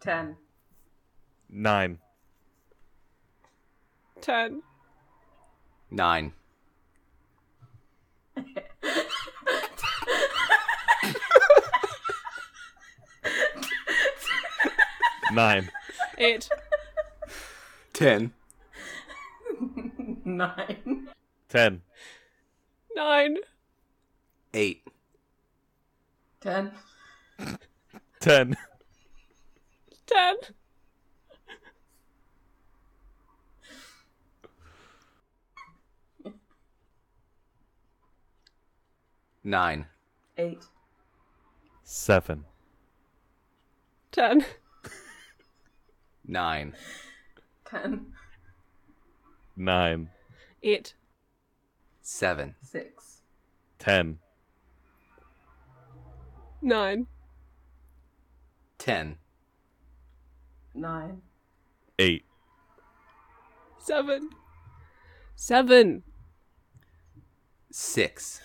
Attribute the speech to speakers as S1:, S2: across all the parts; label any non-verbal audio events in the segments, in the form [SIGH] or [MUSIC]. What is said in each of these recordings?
S1: Ten.
S2: Nine.
S3: Ten.
S4: Nine.
S2: Nine.
S3: Eight.
S4: Ten.
S1: [LAUGHS] Nine.
S2: Ten.
S3: Nine.
S4: Eight.
S1: Ten.
S2: Ten.
S3: Ten.
S4: Nine.
S1: Eight.
S2: Seven.
S3: Ten.
S4: Nine.
S1: Ten.
S2: Nine.
S3: Eight.
S4: Seven.
S1: Six.
S2: Ten.
S3: Nine.
S4: Ten.
S1: Nine.
S2: Eight.
S3: Seven. Seven.
S4: Six.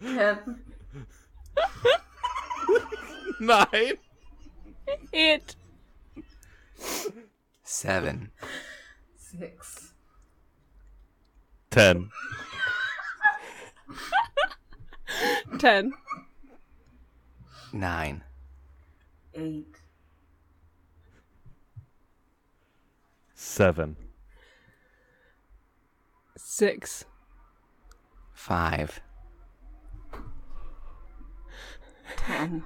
S1: Ten.
S2: Nine.
S3: Eight.
S4: Seven.
S1: Six.
S2: Ten.
S3: Ten.
S4: Nine.
S1: Eight.
S2: Seven.
S3: Six.
S4: Five.
S1: Ten.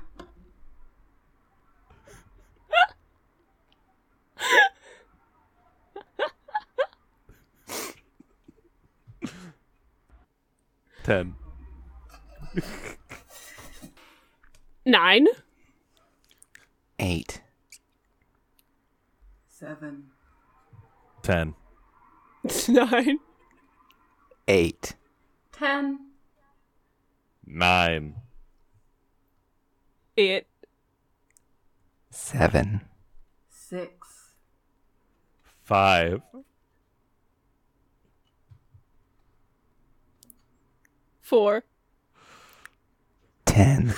S2: Ten.
S3: Nine. [LAUGHS]
S4: Eight.
S1: Seven.
S2: ten,
S3: nine,
S4: eight,
S1: ten,
S2: nine,
S3: eight,
S4: seven,
S1: six,
S2: five,
S3: four.
S4: ten.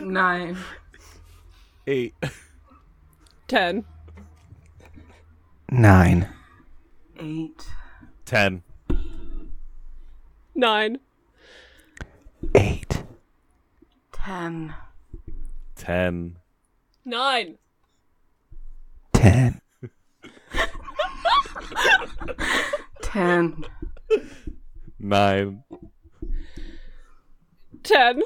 S1: nine,
S2: eight,
S3: Ten.
S4: Nine.
S1: eight,
S2: ten,
S3: Nine.
S4: Eight.
S1: ten,
S2: ten,
S3: Nine.
S4: Ten.
S1: ten,
S2: nine,
S3: Ten.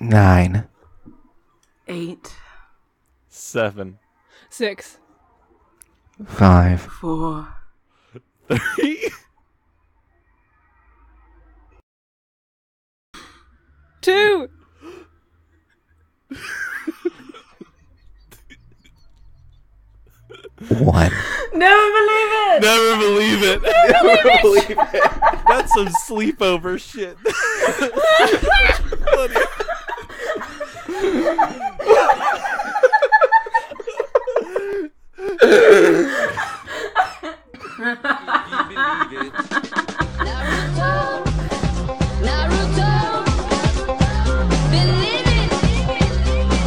S4: Nine.
S1: eight,
S2: seven,
S3: Six.
S4: Five.
S1: four,
S2: three,
S3: Two.
S4: One.
S1: Never believe it!
S2: Never believe it. Never [LAUGHS] believe it. That's some sleepover shit.
S5: Naruto, Naruto, believe it,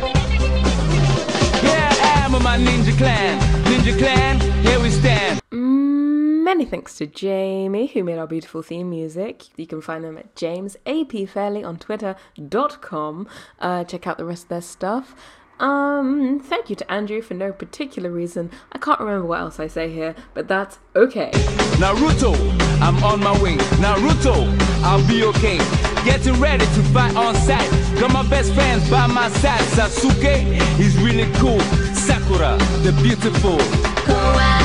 S5: believe it.
S6: Yeah, I'm with my ninja clan. Ninja clan, here we stand.
S7: Many thanks to Jamie, who made our beautiful theme music. You can find them at jamesapfairley on twitter.com. Uh, check out the rest of their stuff. Um, thank you to Andrew for no particular reason. I can't remember what else I say here, but that's okay.
S6: Naruto, I'm on my way. Naruto, I'll be okay. Getting ready to fight on sight. Got my best friends by my side. Sasuke, he's really cool. Sakura, the beautiful.
S5: Koala,